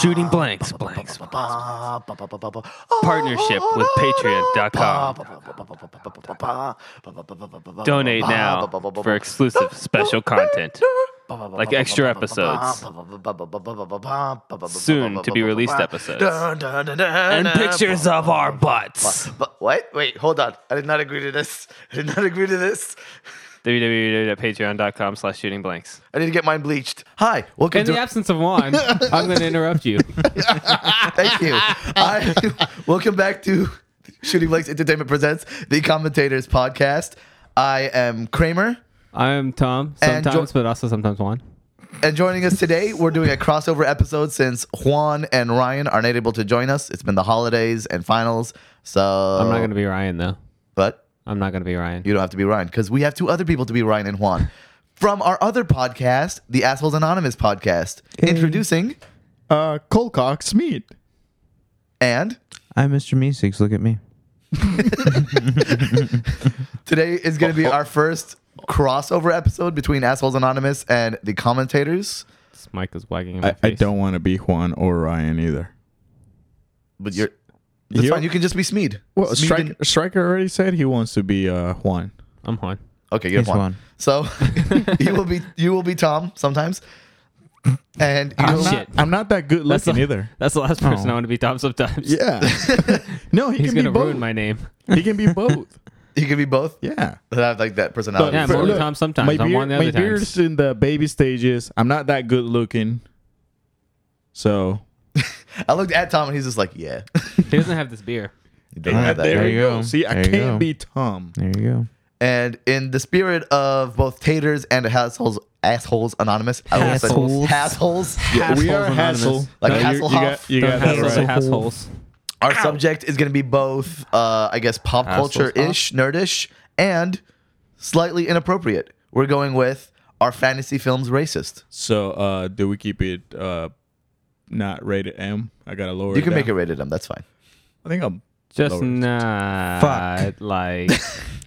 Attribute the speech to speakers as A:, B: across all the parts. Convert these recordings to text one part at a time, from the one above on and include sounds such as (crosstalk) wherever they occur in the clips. A: Shooting blanks, blanks, Partnership with
B: patreon.com.
A: Donate now for exclusive
C: (laughs)
A: special content.
B: like
A: extra episodes. Soon to be released episodes.
B: and
A: of our butts.
B: But what? Wait, hold on. I did not agree to this. I did not agree to this.
A: www.patreon.com slash shooting blanks.
B: I need to get mine bleached. Hi, welcome
D: In the
B: to.
D: absence of
C: (laughs)
D: wine, I'm going to interrupt you.
B: Thank you. I, (laughs) welcome back to Shooting Blanks Entertainment presents the Commentators Podcast. I am Kramer,
D: I'm Tom,
B: And
D: sometimes,
B: Jo-
D: but also sometimes wine.
B: and joining us today, we're doing a crossover episode since Juan and Ryan aren't able to join us. It's been the holidays and finals, so
D: I'm not going to be Ryan, though.
B: But
D: I'm not going to be Ryan.
B: You don't have to be Ryan because we have two other people to be Ryan and Juan from our other podcast, the Assholes Anonymous podcast. Introducing
C: Uh, Cole Cox Mead.
B: and
E: I'm Mr. Meeseeks. Look at me.
B: today is going to
D: Oh,
B: be our first crossover episode between Assholes Anonymous and the commentators.
D: This mic is wagging in my
C: I, I
D: face.
C: don't want to be Juan or Ryan either.
B: But you're that's
C: You-
B: fine. You can just be Smead.
C: Well,
B: Smeed
C: Stryker,
B: and-
C: Stryker already said he wants to be uh, Juan.
D: I'm Juan.
B: okay, you're
E: He's
B: Juan.
E: Juan.
B: So
E: (laughs)
B: (laughs) you will be you will be Tom sometimes, and you
C: I'm
B: will-
D: shit.
C: not, I'm not that good
D: That's
C: looking
D: the-
C: either.
D: That's the last person
E: Oh.
D: I want to be Tom sometimes.
C: Yeah. (laughs) no, he
D: He's going
C: can be
D: to
C: both.
D: ruin my
C: (laughs)
D: name.
C: he can be both.
B: you can be both.
C: Yeah.
B: That have like that personality.
D: Yeah, I'm
C: But
D: only
C: look,
D: Tom sometimes.
C: my
D: I'm
C: beard-
D: Juan the
C: my
D: other times.
C: beard's in the baby stages. I'm not that good looking. So
B: I looked at Tom and he's just like, yeah. (laughs)
D: He doesn't have this beer.
B: He doesn't have that.
E: There you go.
C: See, I
E: There you
C: can't
E: go.
C: be Tom.
E: There you go.
B: And in the spirit of both taters and assholes, assholes anonymous, I will say-
E: Assholes.
B: assholes.
C: we are
D: Anonymous.
C: hassle.
B: Like
C: No, you- you,
B: Hasselhoff.
C: got, you got
D: Don't
C: that
D: hassle the
C: right.
D: assholes.
B: Our subject is going to be both, uh, I guess, pop
D: Assholes
B: culture ish, nerdish, and slightly inappropriate. We're going with our fantasy films racist.
C: So uh do we keep it uh not rated M? I gotta lower
B: You can
C: down.
B: make it rated M. That's fine.
C: I think I'm
D: Just
C: Lower.
D: not
E: Fuck.
D: like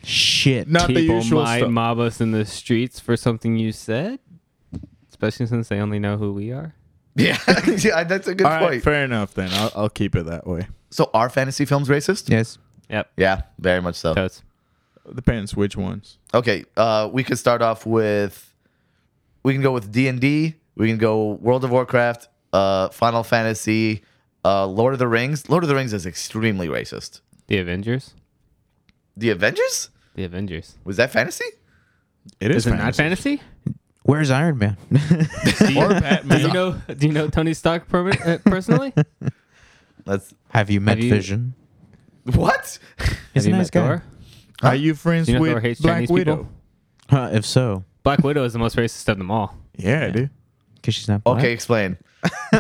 E: Shit.
C: not the
D: people
C: usual
D: might
C: stuff.
D: mob us in the streets for something you said, especially since they only know who we are.
B: (laughs) Yeah, (laughs) yeah that's a good
C: All right,
B: point.
C: fair enough then. I'll, I'll keep it that way.
B: so, are fantasy films racist?
E: Yes.
D: Yep.
B: Yeah, very much so.
C: Oh.
D: Totes.
C: Depends which ones.
B: Okay, uh, we could start off with we can go with D and D. We can go World of Warcraft, uh, Final Fantasy, uh, Lord of the Rings. Lord of the Rings is extremely racist.
D: The Avengers.
B: The Avengers
D: The Avengers.
B: was that fantasy?
C: It is,
D: Is it not fantasy?
E: Where's
B: (laughs)
E: Iron Man?
D: Do you, (laughs) or Batman. Do you know? Do you know Tony Stark per- uh, personally?
B: That's
E: Have you met
D: Have you-
E: Vision?
B: (laughs) what?
D: Have
E: He's
D: you
E: a nice
D: met
E: guy.
D: Thor?
C: Are you friends
D: Do you know Thor
C: with
D: hates
C: Black
D: Chinese
C: Widow?
D: people?
E: Huh, Uh, if so,
D: Black Widow is the most racist of them all.
C: Yeah, dude.
E: because she's not black. (laughs)
B: Okay, explain.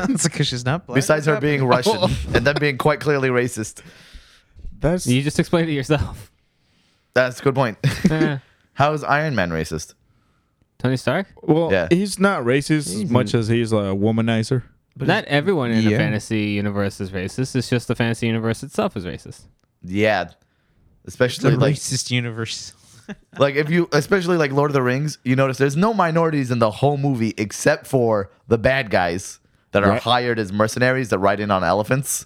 E: because she's not black.
B: Besides her being Russian and then being quite clearly racist,
C: That's
D: You just explained it yourself.
B: that's a good point. (laughs)
D: Eh.
B: How is Iron Man racist?
D: Tony Stark.
C: well.
B: Yeah.
C: He's not racist as much as he's a womanizer.
D: But not everyone in a
E: yeah.
D: fantasy universe is racist. It's just the fantasy universe itself is racist.
B: Yeah,
E: the
B: especially like
E: racist universe.
B: (laughs) like if you especially like Lord of the Rings, you notice there's no minorities in the whole movie except for the bad guys that are
C: Right.
B: hired as mercenaries that ride in on elephants.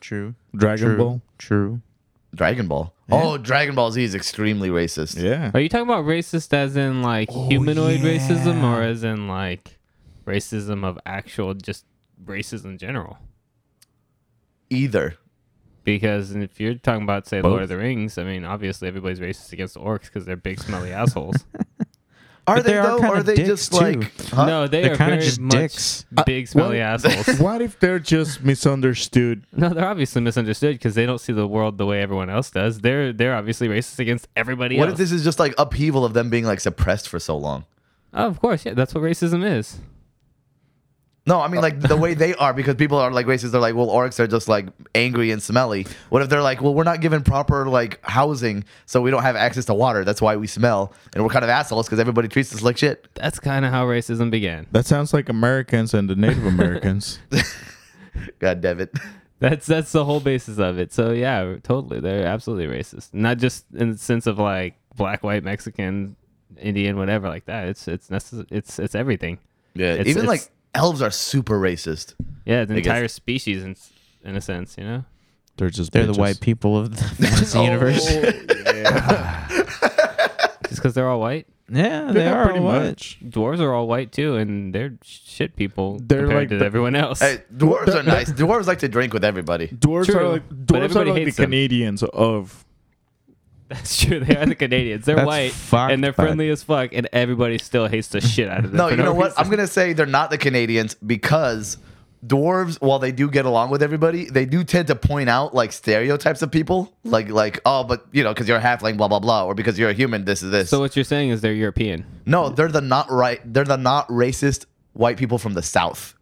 E: True.
C: Dragon
E: True.
C: Ball.
E: True.
B: Dragon Ball. Oh, Dragon Ball Z is extremely racist.
C: Yeah.
D: Are you talking about racist as in like
E: Oh,
D: humanoid racism or as in like racism of actual just racism in general?
B: Either.
D: Because if you're talking about say Lord of the Rings, I mean obviously everybody's racist against the orcs because they're big
E: (laughs)
D: smelly assholes.
B: Are
E: But
B: they,
E: they are
B: though?
E: kinda
B: Or are they
E: dicks,
B: just
E: too.
B: like huh?
D: No, they
E: They're
D: are
E: kinda
D: very
E: just
D: much
E: dicks.
B: Uh,
D: big smelly
B: (laughs)
C: what-
D: assholes.
C: (laughs) What if they're just misunderstood?
D: No, they're obviously misunderstood because they don't see the world the way everyone else does. They're they're obviously racist against everybody
B: What
D: else.
B: if this is just like upheaval of them being like suppressed for so long?
D: oh, of course, yeah, that's what racism is.
B: No, I mean like the way they are because people are like racist. They're like, well, orcs are just like angry and smelly. What if they're like, well, we're not given proper like housing, so we don't have access to water. That's why we smell, and we're kind of assholes because everybody treats us like shit.
D: That's kind of how racism began.
C: That sounds like Americans and the Native
B: (laughs)
C: Americans.
B: God damn it.
D: That's that's the whole basis of it. So yeah, totally, they're absolutely racist. Not just in the sense of like black, white, Mexican, Indian, whatever like that. It's it's necess- it's it's everything.
B: Yeah, (laughs)
D: It's-
B: even
D: it's-
B: like elves are super racist.
D: Yeah, the
B: I guess-
D: entire species in in a sense, you know.
C: They're just
E: They're the
C: bitches.
E: white people
B: (laughs)
E: of the fantasy
B: Oh.
E: universe.
C: Oh,
D: (laughs) Just because they're all white,
E: Yeah, they
C: They
E: are
C: are pretty
E: all white.
C: much.
D: dwarves are all white too, and they're shit people
C: They're
D: compared
C: like
D: to
C: the-
D: everyone else. (laughs)
B: Hey, dwarves are nice. Dwarves like to drink with everybody.
C: Dwarves
D: True,
C: are like
D: but
C: dwarves are
D: everybody
C: like the
D: hates them.
C: Canadians of
D: That's true. They are the Canadians. They're
E: That's
D: white
E: fucked,
D: and they're
E: bud.
D: friendly as fuck, and everybody still hates the shit out of
B: (laughs)
D: them.
B: No,
D: for
B: you know what?
D: reason.
B: I'm gonna say they're not the Canadians because dwarves, while they do get along with everybody, they do tend to point out like stereotypes of people, like like oh, but you know, because you're a halfling, blah blah blah, or because you're a human, this is this.
D: So what you're saying is they're European.
B: no, they're the not right. They're the not racist white people from the south,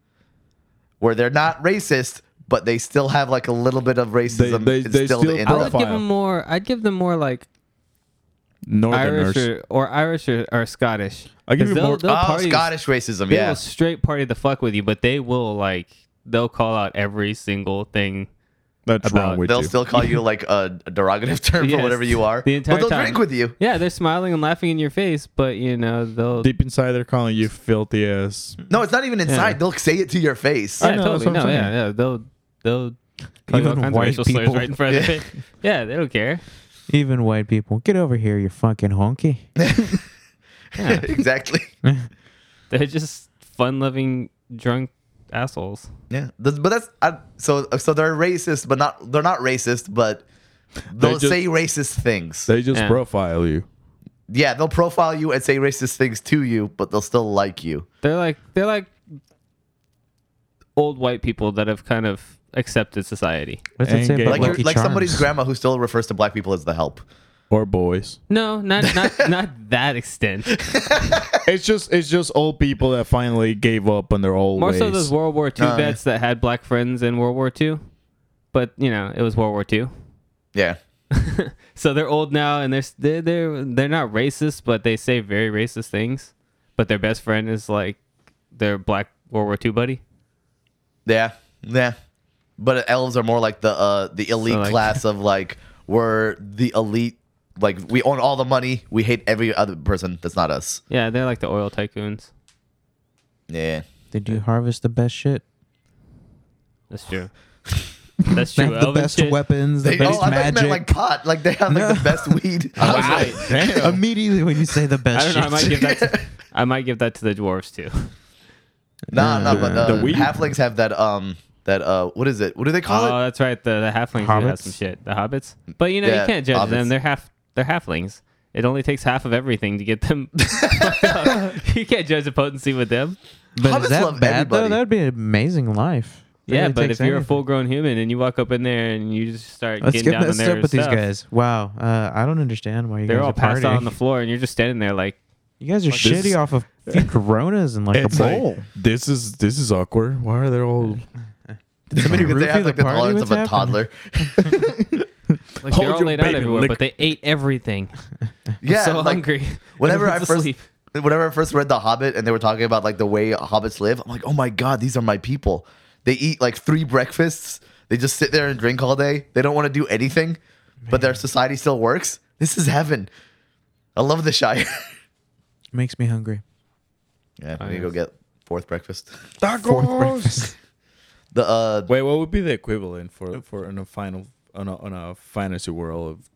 B: where they're not racist, but they still have like a little bit of racism
C: they- they
B: instilled
C: still
B: in
D: I
C: I'll
D: would
B: them.
C: profile.
D: give them more. I'd give them more like
C: Northerners.
D: Irish or, or Irish or, or Scottish.
C: I'll give
D: 'Cause
C: you
D: they'll-
C: more-
D: they'll
B: Oh,
D: party-
B: Scottish racism,
D: They
B: yeah.
D: will straight party the fuck with you, but they will like they'll call out every single thing.
C: That's
D: about-
C: wrong with
B: They'll
C: you.
B: still call
D: (laughs)
B: you like a, a derogative term
D: Yes,
B: for whatever you are,
D: the entire
B: but they'll
D: time.
B: drink with you.
D: Yeah, they're smiling and laughing in your face, but you know they'll.
C: Deep inside, they're calling you filthy ass.
B: No, it's not even inside.
D: Yeah. Oh,
B: They'll say it to your face.
D: yeah,
C: I know, that's
D: totally.
C: what I'm
D: No,
C: saying.
D: yeah, yeah, they'll they'll. call you
E: Even
D: all kinds of
E: white
D: racial slurs
E: people.
D: right in front (laughs) of it. Yeah, they don't care.
E: Even white people, get over here, you fucking honky.
D: Yeah.
B: (laughs) exactly.
D: They're just fun-loving drunk assholes.
B: Yeah, That's- but that's I, so. So they're racist, but not. They're not racist, but they'll
C: just-
B: say racist things.
C: They just
D: Yeah.
C: profile you.
B: yeah, they'll profile you and say racist things to you, but they'll still like you.
D: They're like they're like old white people that have kind of accepted society.
E: What's it
C: And
E: say
C: gay.
E: about
B: Like,
C: Lucky
B: your,
E: Lucky
B: like somebody's
E: Charms?
B: grandma who still refers to black people as the help.
C: Or boys.
D: No, not (laughs) not not that extent.
C: It's just it's just old people that finally gave up on their old
D: More
C: ways.
D: so those World War II
B: Uh,
D: vets that had black friends in World War II. But you know, it was World War II.
B: Yeah,
D: So they're old now, and they're s- they're they're, they're not racist, but they say very racist things. But their best friend is like their black World War II buddy.
B: yeah, yeah. But elves are more like the uh, the elite
D: like-
B: class of like we're the elite. Like we own all the money. We hate every other person that's not us.
D: Yeah, they're like the oil tycoons.
B: Yeah.
E: They do harvest the best shit.
D: That's true.
E: (laughs)
D: That's
E: They
D: true.
E: have the
D: Elven
E: best
D: shit.
E: weapons, the
B: They,
E: best
B: oh, I thought you
E: magic.
B: meant like pot. Like they have like the
E: (laughs) No.
B: best weed. I was like,
E: Immediately when you say the best
D: I don't know. I might
E: shit.
D: give that. To, I might give that to the dwarves too.
B: No, no, but uh,
C: the weed?
B: halflings have that um that uh what is it? What do they call
D: Oh,
E: Uh,
B: it?
D: that's right. The the halflings do have
E: Hobbits?
D: some shit. The hobbits, but you know
B: Yeah,
D: you can't judge
B: hobbits.
D: them. They're half. They're halflings. It only takes half of everything to get
B: (laughs)
D: them. (laughs) fucked up. you can't judge the potency with them.
E: But
B: Hobbits
E: is that
B: love
E: bad though?
B: everybody.
E: That would be an amazing life. It
D: yeah,
E: really
D: but
E: takes
D: if you're a
E: anything.
D: full-grown human and you walk up in there and you just start
E: let's
D: getting
E: get
D: down on
E: let's
D: their
E: up with
D: stuff,
E: these guys. Wow, uh, I don't understand why you
D: they're
E: guys
D: all
E: are
D: passed out
E: partying.
D: on the floor and you're just standing there like,
E: You guys are
C: this
E: shitty
D: (laughs)
C: is-
E: off of a few Coronas and like a
C: It's like,
E: bowl.
C: this is this is awkward. Why are they all
B: (laughs) Somebody
E: Roofie
B: they have
E: the
B: like the
E: party?
B: tolerance of
E: What's
B: a
E: happening?
B: toddler.
E: (laughs)
D: like they're
C: Hold
D: all
C: your
D: laid out
C: baby
D: everywhere,
C: lick-
D: but they ate everything.
B: (laughs) yeah,
D: so
B: like
E: (laughs)
D: hungry.
B: whenever
D: (laughs)
B: I
D: Everyone's
B: first-
D: asleep.
B: whenever I first read The Hobbit and they were talking about like the way hobbits live, I'm like, oh my god, these are my people. They eat like three breakfasts. They just sit there and drink all day. They don't want to do anything, but their society still works. This is heaven. I love the Shire. (laughs)
E: Makes me hungry.
B: yeah, we need to go get fourth breakfast.
E: Fourth breakfast.
B: The uh
C: Wait, what would be the equivalent for for in a final on a, on a fantasy world of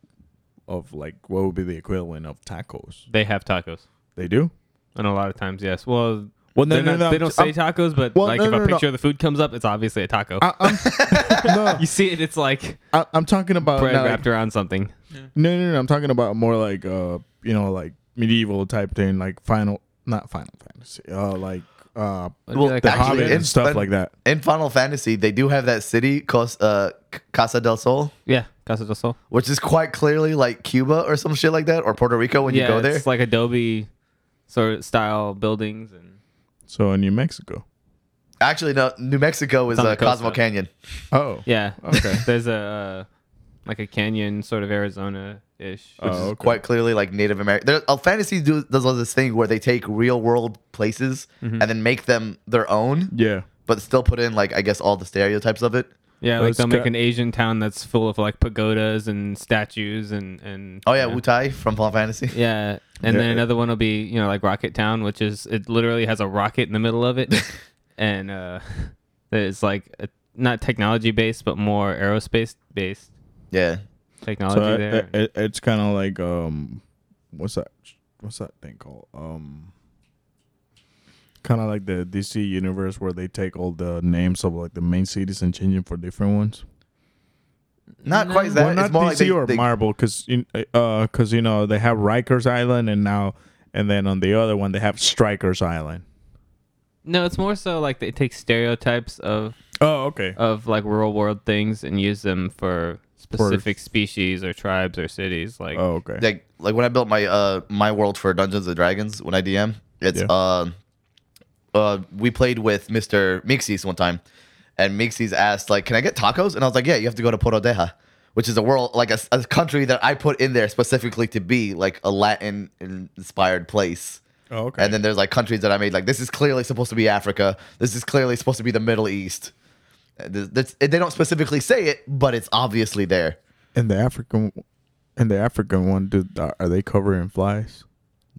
C: of like what would be the equivalent of tacos?
D: They have tacos,
C: They do.
D: and a lot of times, yes. Well,
C: Well, no,
D: They're
C: no,
D: not-
C: no.
D: they don't say tacos, but
C: Well,
D: like
C: no,
D: if
C: no,
D: a
C: no.
D: picture of the food comes up, it's obviously a taco.
C: I'm, (laughs) no,
D: you see it, it's (laughs) like
C: I, I'm talking about
D: bread
C: no,
D: wrapped around something.
C: no, no, no. I'm talking about more like uh, you know, like medieval type thing, like final, not Final Fantasy, uh, like uh,
D: It'd be
B: Well,
D: like
C: the
B: actually,
D: a
C: Hobbit
D: Hobbit.
B: it's-
C: and stuff
B: but-
C: like that.
B: in Final Fantasy, they do have that city called uh, C- Casa del Sol,
D: yeah, Casa del Sol.
B: which is quite clearly like Cuba or some shit like that, or Puerto Rico when
D: yeah,
B: you go there.
D: it's like adobe sort of style buildings and
C: So in New Mexico.
B: Actually, no, New Mexico is
D: on the
B: uh, Cosmo
D: coast, though.
B: Canyon.
C: Oh,
D: yeah.
B: (laughs)
C: Okay.
D: (laughs) There's a uh, like a canyon sort of Arizona ish.
C: Oh, okay.
B: Quite clearly, like Native American. There, uh, fantasy do, does all this thing where they take real world places
D: Mm-hmm.
B: and then make them their own,
C: Yeah.
B: but still put in like I guess all the stereotypes of it.
D: Yeah, like
C: That's
D: they'll make
C: got-
D: an Asian town that's full of like pagodas and statues and and
B: Oh yeah,
D: you know.
B: Wu Tai from Final Fantasy.
D: Yeah, and then
C: Yeah.
B: (laughs)
D: another one will be you know like Rocket Town, which is it literally has a rocket in the middle of it, and uh, (laughs) it's like uh not technology based, but more aerospace based
B: Yeah.
D: technology
C: So uh, I-
D: there.
C: I- it- it's kind of like um, what's that? What's that thing called? Um, kind of like the DC universe where they take all the names of like the main cities and change them for different ones.
B: Not quite that.
C: well, not
B: it's more
C: DC
B: like they,
C: or
B: they-
C: Marvel, because uh, because you know they have Rikers Island and now and then on the other one they have Strikers Island.
D: no, it's more so like they take stereotypes of
C: Oh, okay.
D: of like real world things and use them for specific species or tribes or cities. Like
C: oh, okay.
B: like like when I built my uh my world for Dungeons and Dragons when I DM, it's
C: Yeah.
B: uh, uh we played with Mr. Mixis one time, and Mixis asked like, "Can I get tacos?" And I was like, "Yeah, you have to go to Porodeja." Which is a world like a, s- a country that I put in there specifically to be like a Latin inspired place.
C: oh, okay.
B: And then there's like countries that I made like this is clearly supposed to be Africa. This is clearly supposed to be the Middle East. Uh, th- that's- they don't specifically say it, but it's obviously there.
C: and the African and the African one, dude, are are they covering flies?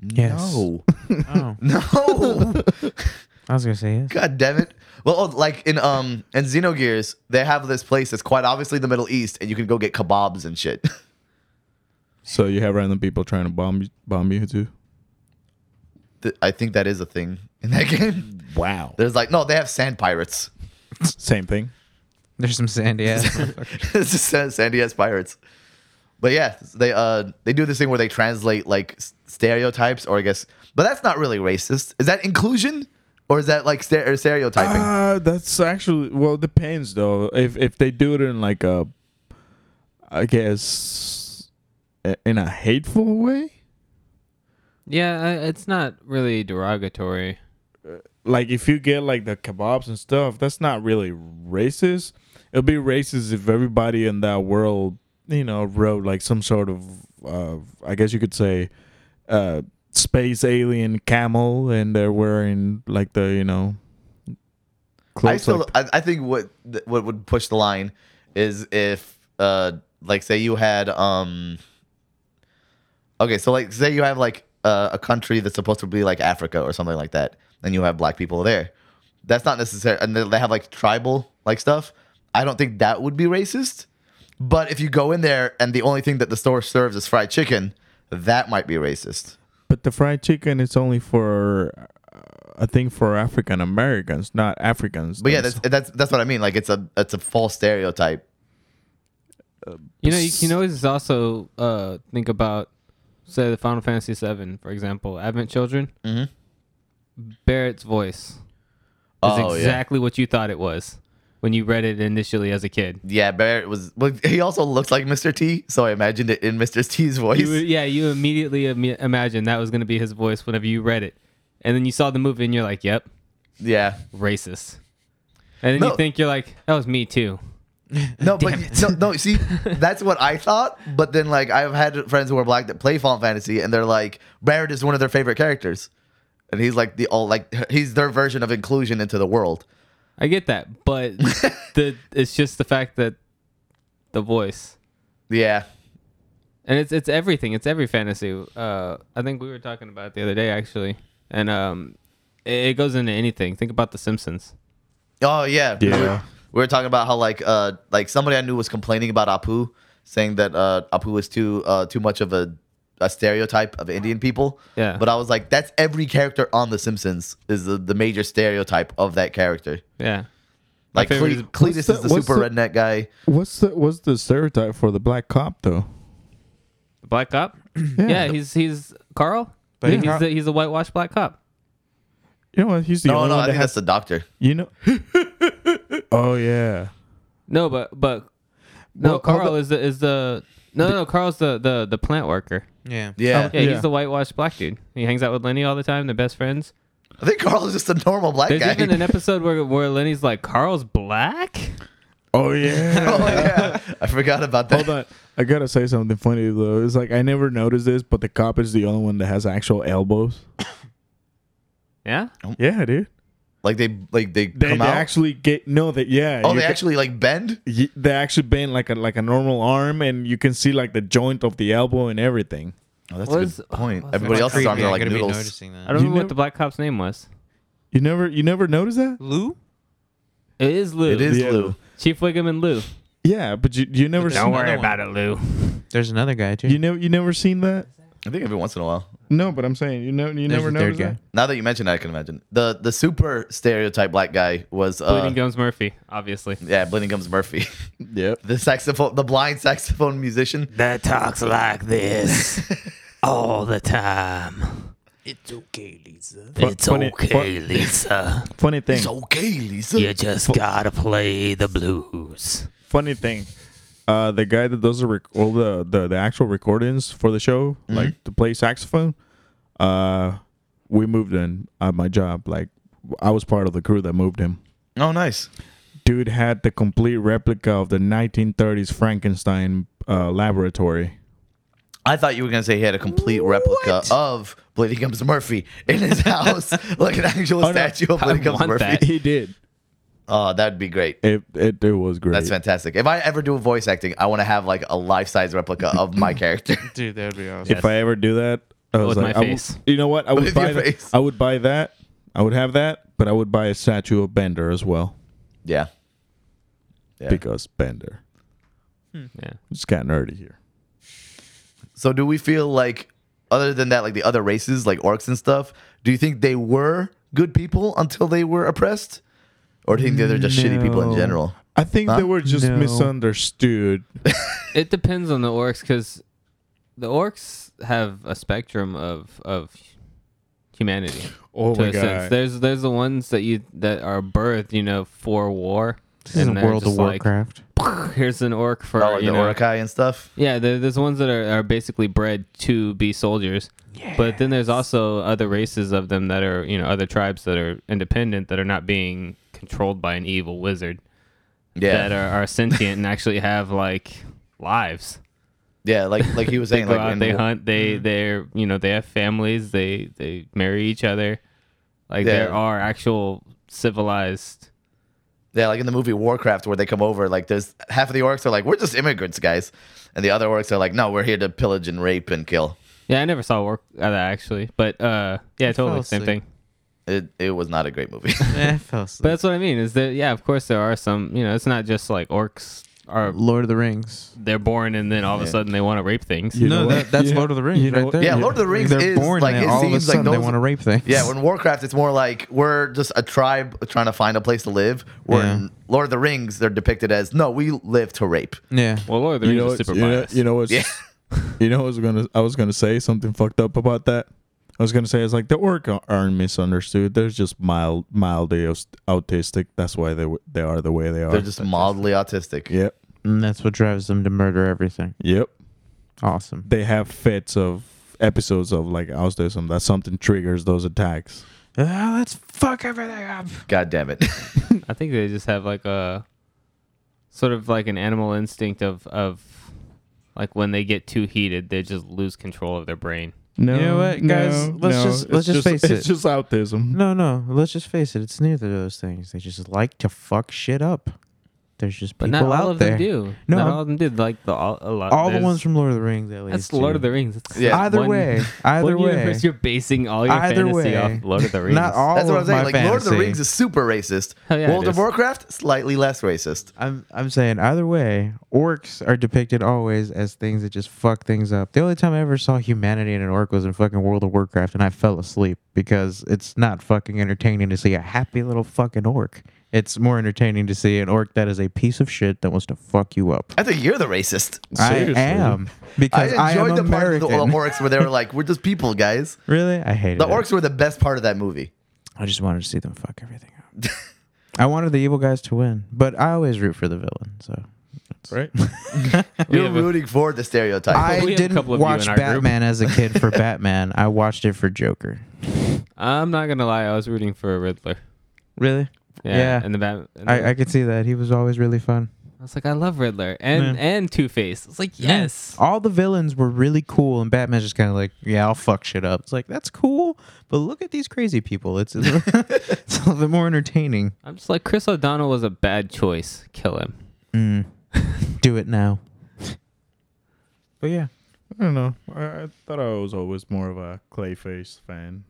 E: Yes.
B: (laughs) No.
E: Oh,
B: No.
E: (laughs) I was gonna say yes.
B: God damn it. Well, oh, like in um in Xenogears, they have this place that's quite obviously the Middle East, and you can go get kebabs and shit. (laughs)
C: So you have random people trying to bomb you, bomb you too.
B: Th- I think that is a thing in that (laughs) game.
C: Wow.
B: There's like no, they have sand pirates. (laughs)
C: Same thing.
E: There's some sandy ass.
B: it's just sand, sandy ass pirates. But yeah, they uh they do this thing where they translate like s- stereotypes, or I guess, but that's not really racist. Is that inclusion, or is that like ste- or stereotyping?
C: Uh, that's actually well depends though. If if they do it in like a, I guess, i- in a hateful way,
D: yeah, I- it's not really derogatory.
C: like if you get like the kebabs and stuff, that's not really racist. It'll be racist if everybody in that world, you know, wrote like some sort of, uh, I guess you could say, uh, space alien camel, and they're wearing like the you know.
B: I
C: clothes
B: still,
C: like-
B: I, I think what th- what would push the line is if, uh, like, say you had, um, okay, so like, say you have like uh, a country that's supposed to be like Africa or something like that, and you have black people there. That's not necessary, and they they have like tribal like stuff. I don't think that would be racist, but if you go in there and the only thing that the store serves is fried chicken, that might be racist.
C: But the fried chicken is only for uh, a thing for African Americans, not Africans.
B: But yeah,
C: That's-
B: that's that's that's what I mean. Like, it's a it's a false stereotype.
D: You know, you can always also uh, think about, say, the Final Fantasy VII, for example, Advent Children.
B: Mhm.
D: Barrett's voice is
B: Oh, yeah.
D: exactly what you thought it was when you read it initially as a kid.
B: Yeah, Barrett was. Well, (laughs) he also looks like Mr. T, so I imagined it in Mr. T's voice.
D: You, yeah, you immediately Im- imagined that was going to be his voice whenever you read it, and then you saw the movie and you're like, "Yep,
B: yeah,
D: racist." And then
B: No.
D: you think you're like, "That was me too."
B: no, but no, no. See, that's what I thought. But then, like, I've had friends who are black that play Final Fantasy, and they're like, Barrett is one of their favorite characters, and he's like the all like he's their version of inclusion into the world.
D: I get that,
B: (laughs)
D: but the it's just the fact that the voice.
B: Yeah,
D: and it's it's everything. It's every fantasy. Uh, I think we were talking about it the other day actually, and um, it, it goes into anything. Think about The Simpsons.
B: Oh yeah,
C: Yeah.
B: We were, we were talking about how like uh like somebody I knew was complaining about Apu, saying that uh Apu was too uh too much of a a stereotype of Indian people.
D: Yeah.
B: But I was like, that's every character on The Simpsons is the, the major stereotype of that character.
D: Yeah,
B: Like
D: favorite
B: Cle- Cletus
D: is-
C: What's
B: is
C: the-
B: the
C: what's
B: super
C: the-
B: redneck guy.
C: what's the what's the stereotype for the black cop though?
D: the black cop. yeah. he's he's Carl.
E: But
D: yeah, he's
E: Carl-
D: the, he's a whitewashed black cop.
C: You know what? He's the
B: No,
C: only
B: no, I
C: one that
B: think that's
C: has
B: the doctor.
C: you know. (laughs) oh yeah.
D: No, but but no,
C: Well,
D: Carl
C: although-
D: is the is the no no Carl's the the the plant worker.
E: Yeah.
B: Yeah.
D: Yeah,
C: Yeah.
D: he's the whitewashed black dude. He hangs out with Lenny all the time. They're best friends.
B: I think Carl is just a normal black
D: There's
B: guy.
D: even (laughs) an episode where where Lenny's like, "Carl's black."
C: Oh (laughs) yeah.
B: (laughs) oh yeah, I forgot about that.
C: Hold on. I gotta say something funny though. It's like I never noticed this, but the cop is the only one that has actual elbows.
D: Yeah,
C: Yeah, dude.
B: Like they like they,
C: They,
B: come
C: they
B: out.
C: actually get no that yeah.
B: oh,
C: you
B: they
C: ca-
B: actually like bend.
C: y- they actually bend like a like a normal arm, and you can see like the joint of the elbow and everything.
B: Oh, that's
D: What
B: a
D: is-
B: good point.
D: what's that?
B: Everybody else's
E: Creepy,
B: arms are
E: I'm
B: like
E: gonna be
B: noodles.
E: noticing
D: I don't
E: that.
C: You
D: remember what
C: never-
D: the black cop's name was.
C: You never you never noticed that?
E: Lou?
D: It is Lou.
B: It is
C: Yeah.
B: Lou.
D: Chief Wiggum and Lou.
C: Yeah, but you you never
E: There's
C: seen,
A: Don't
E: another
A: worry
E: one.
A: about it, Lou.
E: There's another guy too.
C: you never you never seen that?
B: I think every once in a while.
C: No, but I'm saying you know you
E: There's
C: never
E: the third
C: noticed that.
E: guy.
B: Now that you mention that, I can imagine the the super stereotype black guy was uh,
D: Bleeding Gums Murphy, obviously.
B: yeah, Bleeding Gums Murphy,
C: Yep.
B: (laughs) the saxophone, the blind saxophone musician.
A: That talks like
F: (laughs)
A: this all the time.
F: It's okay, Lisa.
A: It's
C: funny-
A: okay, Lisa.
C: Funny thing.
B: okay, Lisa.
A: You just gotta play the blues.
C: funny thing. Uh, the guy that does the rec- all the, the the actual recordings for the show, like to play saxophone, uh, we moved in at my job. Like I was part of the crew that moved him.
B: Oh, nice.
C: Dude had the complete replica of the 1930s Frankenstein uh, laboratory.
B: I thought you were gonna say he had a complete replica of Bleeding Gums Murphy in his house, (laughs) like an actual
C: Oh, no.
B: statue of
D: I
B: Bleeding Gums
D: want
B: Murphy.
D: that.
C: He did.
B: (laughs) Oh, that'd be great.
C: It it, it was great.
B: That's fantastic. If I ever do voice acting, I want to have like a life size replica of my character. (laughs)
E: Dude, that would be awesome.
C: If I ever do that, I was
D: With
C: like,
D: my
C: I would-
D: face.
C: you know what? I would
B: With
C: buy
B: your
C: that.
B: face.
C: I would buy that. I would have that, but I would buy a statue of Bender as well
B: yeah. Yeah.
C: because Bender.
D: Yeah.
C: Just got nerdy here.
B: So do we feel like other than that, like the other races, like orcs and stuff, do you think they were good people until they were oppressed? Or do you think they're just shitty people in
C: No.
B: general?
C: I think they
B: Huh?
C: were just
E: No.
C: misunderstood.
D: It depends on the orcs because the orcs have a spectrum of of humanity.
C: Oh
D: to
C: my
D: a sense.
C: god!
D: There's there's the ones that you that are birthed, you know, for war.
E: This isn't
D: And they're
E: World of
D: just like,
E: Warcraft.
D: (laughs) Here's an orc for
B: Oh, like
D: you
B: the
D: know.
B: Orakai and stuff?
D: Yeah, there, there's ones that are, are basically bred to be soldiers. But then there's also other races of them that are, you know, other tribes that are independent that are not being controlled by an evil wizard
B: Yeah.
D: that are, are sentient and actually have like lives.
B: Yeah, like like
D: (laughs)
B: he was
D: They
B: saying,
D: go
B: like
D: out,
B: in Mm-hmm.
D: they
B: wa-
D: hunt, they they're you know, they have families, they they marry each other. Like there
B: Yeah.
D: are actual civilized
B: Yeah, like in the movie Warcraft, where they come over, like there's half of the orcs are like, "We're just immigrants, guys," and the other orcs are like, "No, we're here to pillage and rape and kill."
D: Yeah, I never saw work uh, that actually, but uh, yeah, totally
E: fell
D: same thing.
E: asleep.
B: It it was not a great movie. (laughs)
E: Eh, I fell
D: But
E: asleep.
D: that's what I mean. Is that yeah? Of course, there are some. You know, it's not just like orcs are
E: Lord of the Rings.
D: they're born and then all of
B: Yeah.
D: a sudden they want to rape things.
C: You know
E: no,
C: what?
E: that, that's
C: You know-
E: Lord of the Rings
C: you know
E: right
C: what?
E: there.
B: Yeah, Lord of the Rings
E: They're
B: is,
E: born
B: like,
E: and
B: it
E: all of a
B: seems like
E: sudden they
B: those-
E: want to rape things.
B: yeah, when Warcraft, it's more like we're just a tribe trying to find a place to live. Where in Lord of the Rings, they're depicted as, "No, we live to rape."
E: (laughs) yeah.
D: (laughs) Well, Lord of the
C: You
D: Rings
C: know,
D: is super
C: you know,
D: biased.
C: you know what's
B: Yeah.
C: (laughs) you know what's gonna I was gonna say something fucked up about that. I was gonna say it's like the orc a- aren't misunderstood. They're just mild mildly aus- autistic. That's why they w- they are the way they are.
B: They're just mildly autistic.
C: yep
E: And that's what drives them to murder everything.
C: yep.
E: Awesome.
C: They have fits of episodes of like autism that something triggers those attacks.
E: Ah, let's fuck everything up.
B: God damn it.
D: (laughs)
B: (laughs)
D: I think they just have like a sort of like an animal instinct of of like when they get too heated, they just lose control of their brain.
C: No,
E: You know what, guys? Let's just-
C: it's
E: let's just face it.
C: It's just autism.
E: No, no. Let's just face it. It's neither of those things. They just like to fuck shit up. There's just
D: But
E: people
D: not all
E: out
D: of
E: there.
D: them do.
E: No,
D: not
E: I'm-
D: all of them do. Like the all, a lot.
E: All the
D: there's-
E: ones from Lord of the Rings, at least.
D: That's Lord of the
E: too.
D: Rings. It's
B: Yeah.
E: Either
D: one- (laughs)
E: way, either
D: one
E: way.
D: universe you're basing all your
E: Either
D: fantasy
E: way.
D: off Lord of the Rings.
E: (laughs) Not all
B: That's what
E: of
B: I'm saying.
E: my
B: Like Lord of the
E: fantasy.
B: Rings is super racist.
D: Hell yeah, it
B: World of
D: is.
B: Warcraft, slightly less racist.
E: I'm I'm saying either way, orcs are depicted always as things that just fuck things up. The only time I ever saw humanity in an orc was in fucking World of Warcraft, and I fell asleep because it's not fucking entertaining to see a happy little fucking orc. It's more entertaining to see an orc that is a piece of shit that wants to fuck you up.
B: I think you're the racist.
C: Seriously.
E: I am because I,
B: I enjoyed
E: am
B: the part of
E: American.
B: the orcs where they were like, "We're just people, guys."
E: really, I hated
B: The
E: it.
B: orcs were the best part of that (laughs) movie.
E: I just wanted to see them fuck everything
B: (laughs)
E: up. I wanted the evil guys to win, but I always root for the villain. So
C: Right?
D: We
B: You're
D: have a-
B: rooting for the stereotype.
D: we
E: I
D: have a
E: didn't
D: couple of you
E: watch
D: in our group.
E: Batman as a
D: (laughs)
E: kid for Batman. I watched it for Joker.
D: I'm not gonna lie, I was rooting for a Riddler.
E: Really?
D: Yeah,
E: Yeah.
D: and the Batman. and the-
E: I, I could see that. He was always really fun.
D: I was like, I love Riddler and
E: Yeah.
D: and Two Face. It's like yes,
E: All the villains were really cool, and Batman's just kind of like, yeah, I'll fuck shit up. It's like, that's cool, but look at these crazy people. It's, (laughs) it's, a little bit more entertaining.
D: I'm just like Chris O'Donnell was a bad choice. Kill him.
E: Mm. (laughs) Do it now. But yeah.
C: I don't know. I, I thought I was always more of a Clayface fan.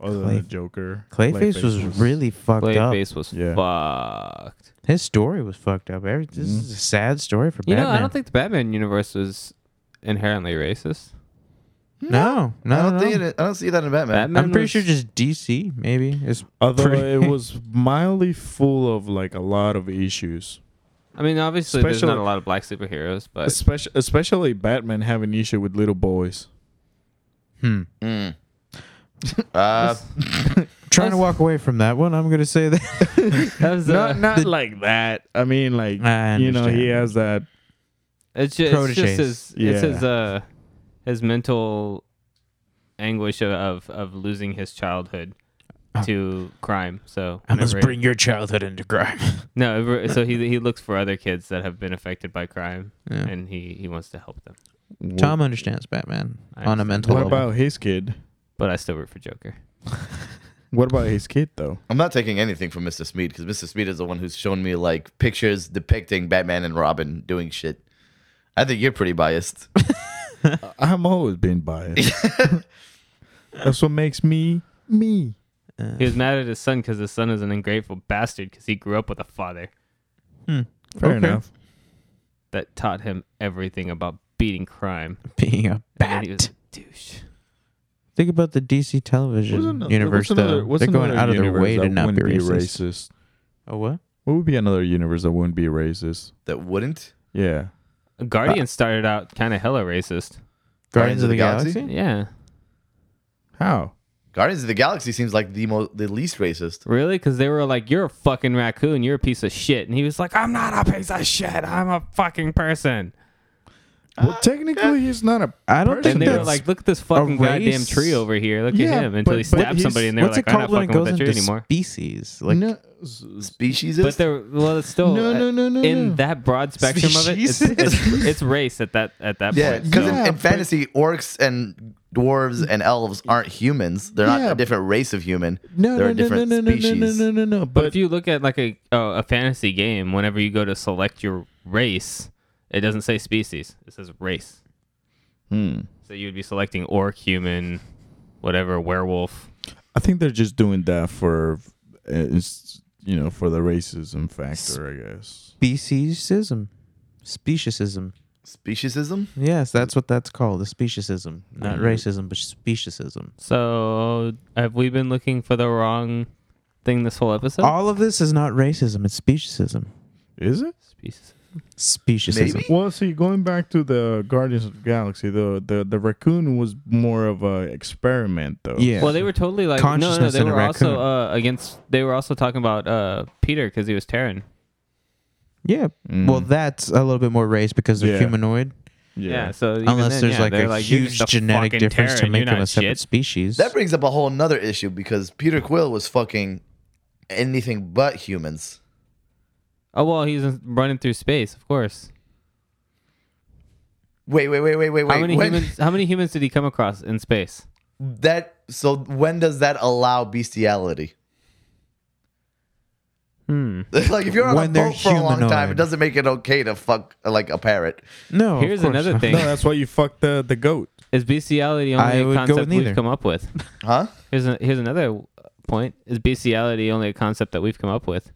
C: other than
E: Clay-
C: the Joker.
E: Clayface was, really fucked up.
D: Clayface was
C: Yeah.
D: fucked.
E: His story was fucked up. Every, this
D: Mm.
E: is a sad story for
D: You
E: Batman.
D: know, I don't think the Batman universe was inherently racist.
E: No, no,
B: I don't
E: no.
B: think it, I don't see that in Batman.
D: Batman
E: I'm pretty
D: was-
E: sure just DC maybe. It's
C: Although
E: pretty- (laughs)
C: it was mildly full of like a lot of issues,
D: I mean, obviously, there's
C: Especially-
D: not a lot of black superheroes, but
C: especially especially Batman having issue with little boys.
E: hmm.
B: Mm. (laughs) uh,
E: Trying to walk away from that one, I'm gonna
D: (laughs)
E: say that.
D: that was, uh,
C: not not
E: (laughs) the-
C: like that. I mean, like
E: I
C: you know, he
E: understand.
C: has that.
D: it's just, it's just
E: Proteges.
D: his, it's
C: Yeah.
D: his, uh, his mental anguish of, of, of losing his childhood to crime. So
E: I must
D: whenever-
E: bring your childhood into crime.
D: no. ever- So he he looks for other kids that have been affected by crime,
E: Yeah.
D: and he he wants to help them.
E: Tom understands Batman
D: I
E: on a
D: understand.
E: mental
C: What
E: level.
C: about his kid?
D: But I still root for Joker.
C: What about his kid though?
B: I'm not taking anything from Mr. Smeed because Mr. Smeed is the one who's shown me like pictures depicting Batman and Robin doing shit. I think you're pretty biased.
E: (laughs)
C: I'm always being biased. That's what makes me me.
E: Uh,
D: He was mad at his son because his son is an ungrateful bastard because he grew up with a father
C: Fair
E: hmm. Okay.
C: enough.
D: that taught him everything about beating crime.
E: being a
D: And then
E: bat.
D: he was a douche.
E: Think about the DC television universe, though. They're going out of their way to not be racist. Oh, what?
C: What would be another universe that wouldn't be racist?
B: That wouldn't.
C: Yeah.
D: Guardians started out kind of hella racist.
E: Guardians of the Galaxy?
D: Yeah,
C: How?
B: Guardians of the Galaxy seems like the most, the least racist.
D: really? Because they were like, "You're a fucking raccoon. You're a piece of shit," and he was like, "I'm not a piece of shit. I'm a fucking person."
C: well, technically, he's not a.
E: I don't
C: person
E: think
D: And they were
E: that's.
D: like, "Look at this fucking goddamn
E: race-
D: tree over here. Look
C: Yeah,
D: at him!" Until
C: but-
D: he
C: but
D: stabbed
C: he's-
D: somebody, and they were
E: what's
D: like,
E: it
D: "I'm
E: called
D: not
E: when it
D: fucking
E: goes
D: with that tree
E: into
D: anymore."
E: species? Like,
C: no,
B: Speciesist.
D: But they're well, it's still
C: No,
D: uh,
C: no, no, no,
D: in
C: no.
D: that broad spectrum of it. It's,
E: Species?
C: (laughs)
D: it's, it's race at that at that
B: yeah,
D: point.
B: because in,
C: Yeah,
B: in
C: but-
B: fantasy, orcs and dwarves and elves aren't humans. They're not
C: Yeah.
B: a different race of human.
C: no,
B: they're a
C: no, no, no,
B: different
C: no, no, no,
B: species.
C: no, no, no, no.
D: But
C: But
D: if you look at like a uh, a fantasy game, whenever you go to select your race, it doesn't say species; it says race.
C: Hmm.
D: So you would be selecting orc, human, whatever, werewolf.
C: I think they're just doing that for, uh, it's, you know, for the racism factor, I guess.
E: speciesism. Speciesism.
B: Speciesism.
E: Yes, that's what that's called. The speciesism.
D: Mm.
E: Not racism, but speciesism.
D: So have we been looking for the wrong thing this whole episode?
E: All of this is not racism, it's speciesism.
C: Is it?
D: species.
E: Speciesism.
B: Maybe?
C: Well, see, going back to the Guardians of the Galaxy, the the, the raccoon was more of a experiment, though.
E: Yeah.
D: Well, they were totally like no, no.
E: Consciousness
D: They
E: in a
D: were also
E: raccoon.
D: uh, against. They were also talking about uh, Peter because he was Terran.
E: Yeah. Well,
D: Hmm.
E: that's a little bit more race because they're
C: Yeah.
E: humanoid.
C: yeah.
D: Yeah. so even
E: Unless
D: then,
E: there's
D: yeah,
E: like
D: they're
E: a
D: "You're
E: huge
D: just
E: genetic
D: fucking
E: difference
D: Terran,
E: to
D: you're
E: make them
D: not
E: a separate
D: shit.
E: species.
B: That brings up a whole nother issue because Peter Quill was fucking anything but humans.
D: Oh well, he's running through space, of course.
B: Wait, wait, wait, wait, wait, wait.
D: how many
B: when,
D: humans? How many humans did he come across in space?
B: That so when does that allow bestiality?
D: Hmm.
B: (laughs) like if you're on
E: When
B: a
E: they're
B: boat for a long time,
E: humanoid.
B: it doesn't make it okay to fuck uh, like a parrot.
E: no. Oh, of
D: Here's
E: course
D: another
E: not.
D: thing:
E: (laughs)
C: No, that's why you fucked the, the goat.
D: is bestiality only
E: I
D: a
E: would go
D: concept
E: with
D: we've
E: neither.
D: come up with?
B: Huh?
D: Here's a, here's another point: is bestiality only a concept that we've come up with?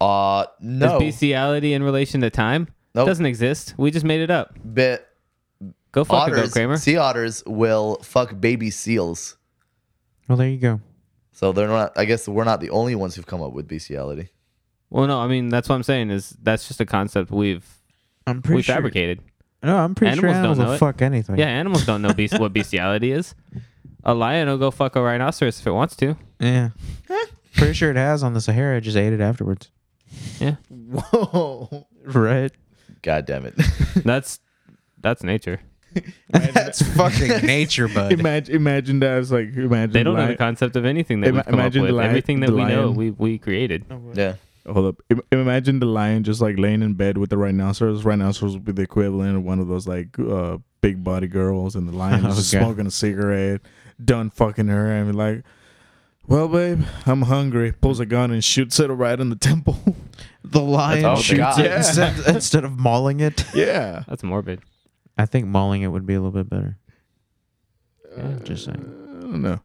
B: Uh no.
D: Is bestiality in relation to time?
B: Nope.
D: Doesn't exist. We just made it up.
B: But
D: Go fuck it,
B: otters,
D: Kramer.
B: sea otters will fuck baby seals.
E: Well, there you go.
B: So they're not I guess we're not the only ones who've come up with bestiality.
D: well, no, I mean that's what I'm saying is that's just a concept we've
E: I'm pretty
D: we
E: sure.
D: fabricated.
E: No, I'm pretty
D: Animals
E: sure
D: don't
E: animals
D: know
E: will
D: it.
E: fuck anything.
D: Yeah, animals don't know beast- what bestiality is. A lion will go fuck a rhinoceros if it wants to.
E: Yeah. pretty sure it has on the Sahara. I just ate it afterwards.
D: Yeah,
B: Whoa.
E: Right.
B: God damn it. (laughs)
D: that's that's nature.
E: (laughs) That's fucking nature, bud.
C: Imagine, imagine that. It's like imagine.
D: They don't know
C: lion-
D: the concept of anything that
C: Ima-
D: we've come up
C: imagine
D: with.
C: the lion-
D: Everything that
C: the
D: we know,
C: lion-
D: we we created.
B: yeah.
C: Hold up. Im- imagine the lion just like laying in bed with the rhinoceros. Rhinoceros would be the equivalent of one of those like uh, big body girls, and the lion (laughs) is just
E: Okay.
C: smoking a cigarette, done fucking her, and be like, "Well, babe, I'm hungry." Pulls a gun and shoots it right in the temple. (laughs)
E: The
B: Oh,
E: lion shoots
B: God.
E: it instead, instead of mauling it.
C: yeah.
D: That's morbid.
E: I think mauling it would be a little bit better. Yeah, just saying.
C: I don't know.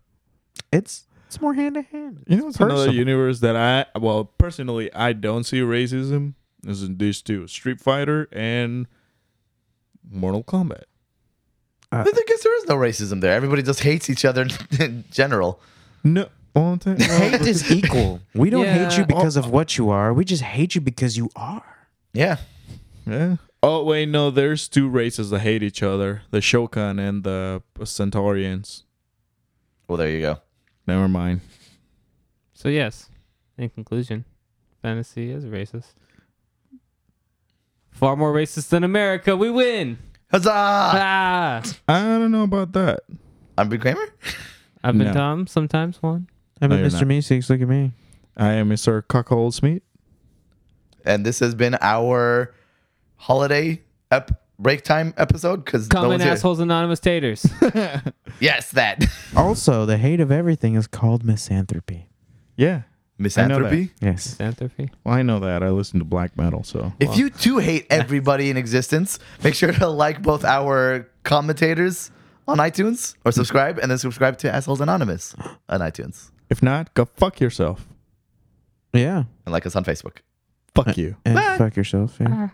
E: It's it's more hand to hand.
C: You know, it's another
E: personal.
C: universe that I well personally I don't see racism. Is in these two, Street Fighter and Mortal Kombat.
B: I think guess there is no racism there. Everybody just hates each other (laughs) in general.
C: No, all the time.
E: Hate is equal. We don't hate
D: Yeah.
E: you because of what you are. We just hate you because you are.
B: Yeah.
C: Yeah. Oh wait, no. There's two races that hate each other: the Shokan and the Centaurians.
B: Well, there you go.
C: Never mind.
D: So yes, in conclusion, fantasy is racist. Far more racist than America. We win. (laughs)
B: Huzzah!
D: Ah,
C: I don't know about that.
B: I'm Ben Kramer.
D: I've been
C: No.
D: Tom. Sometimes one.
E: I
C: No,
E: mean,
C: you're
E: Mr.
C: not.
E: Meeseeks, look at me.
C: I am Mr. Cuckold Smith.
B: And this has been our holiday ep- break time episode because no
D: Common
B: one's here.
D: assholes, anonymous taters.
B: Yes, that (laughs)
E: Also, the hate of everything is called misanthropy.
C: Yeah.
B: misanthropy.
E: Yes.
D: Misanthropy.
C: Well, I know that. I listen to black metal, so
B: If you too hate everybody in existence, make sure to like both our commentators on iTunes or subscribe, and then subscribe to Assholes Anonymous on iTunes
C: if not, go fuck yourself.
E: Yeah.
B: and like us on Facebook.
C: Fuck you.
E: And
C: (laughs)
B: Bye.
E: fuck yourself. Yeah.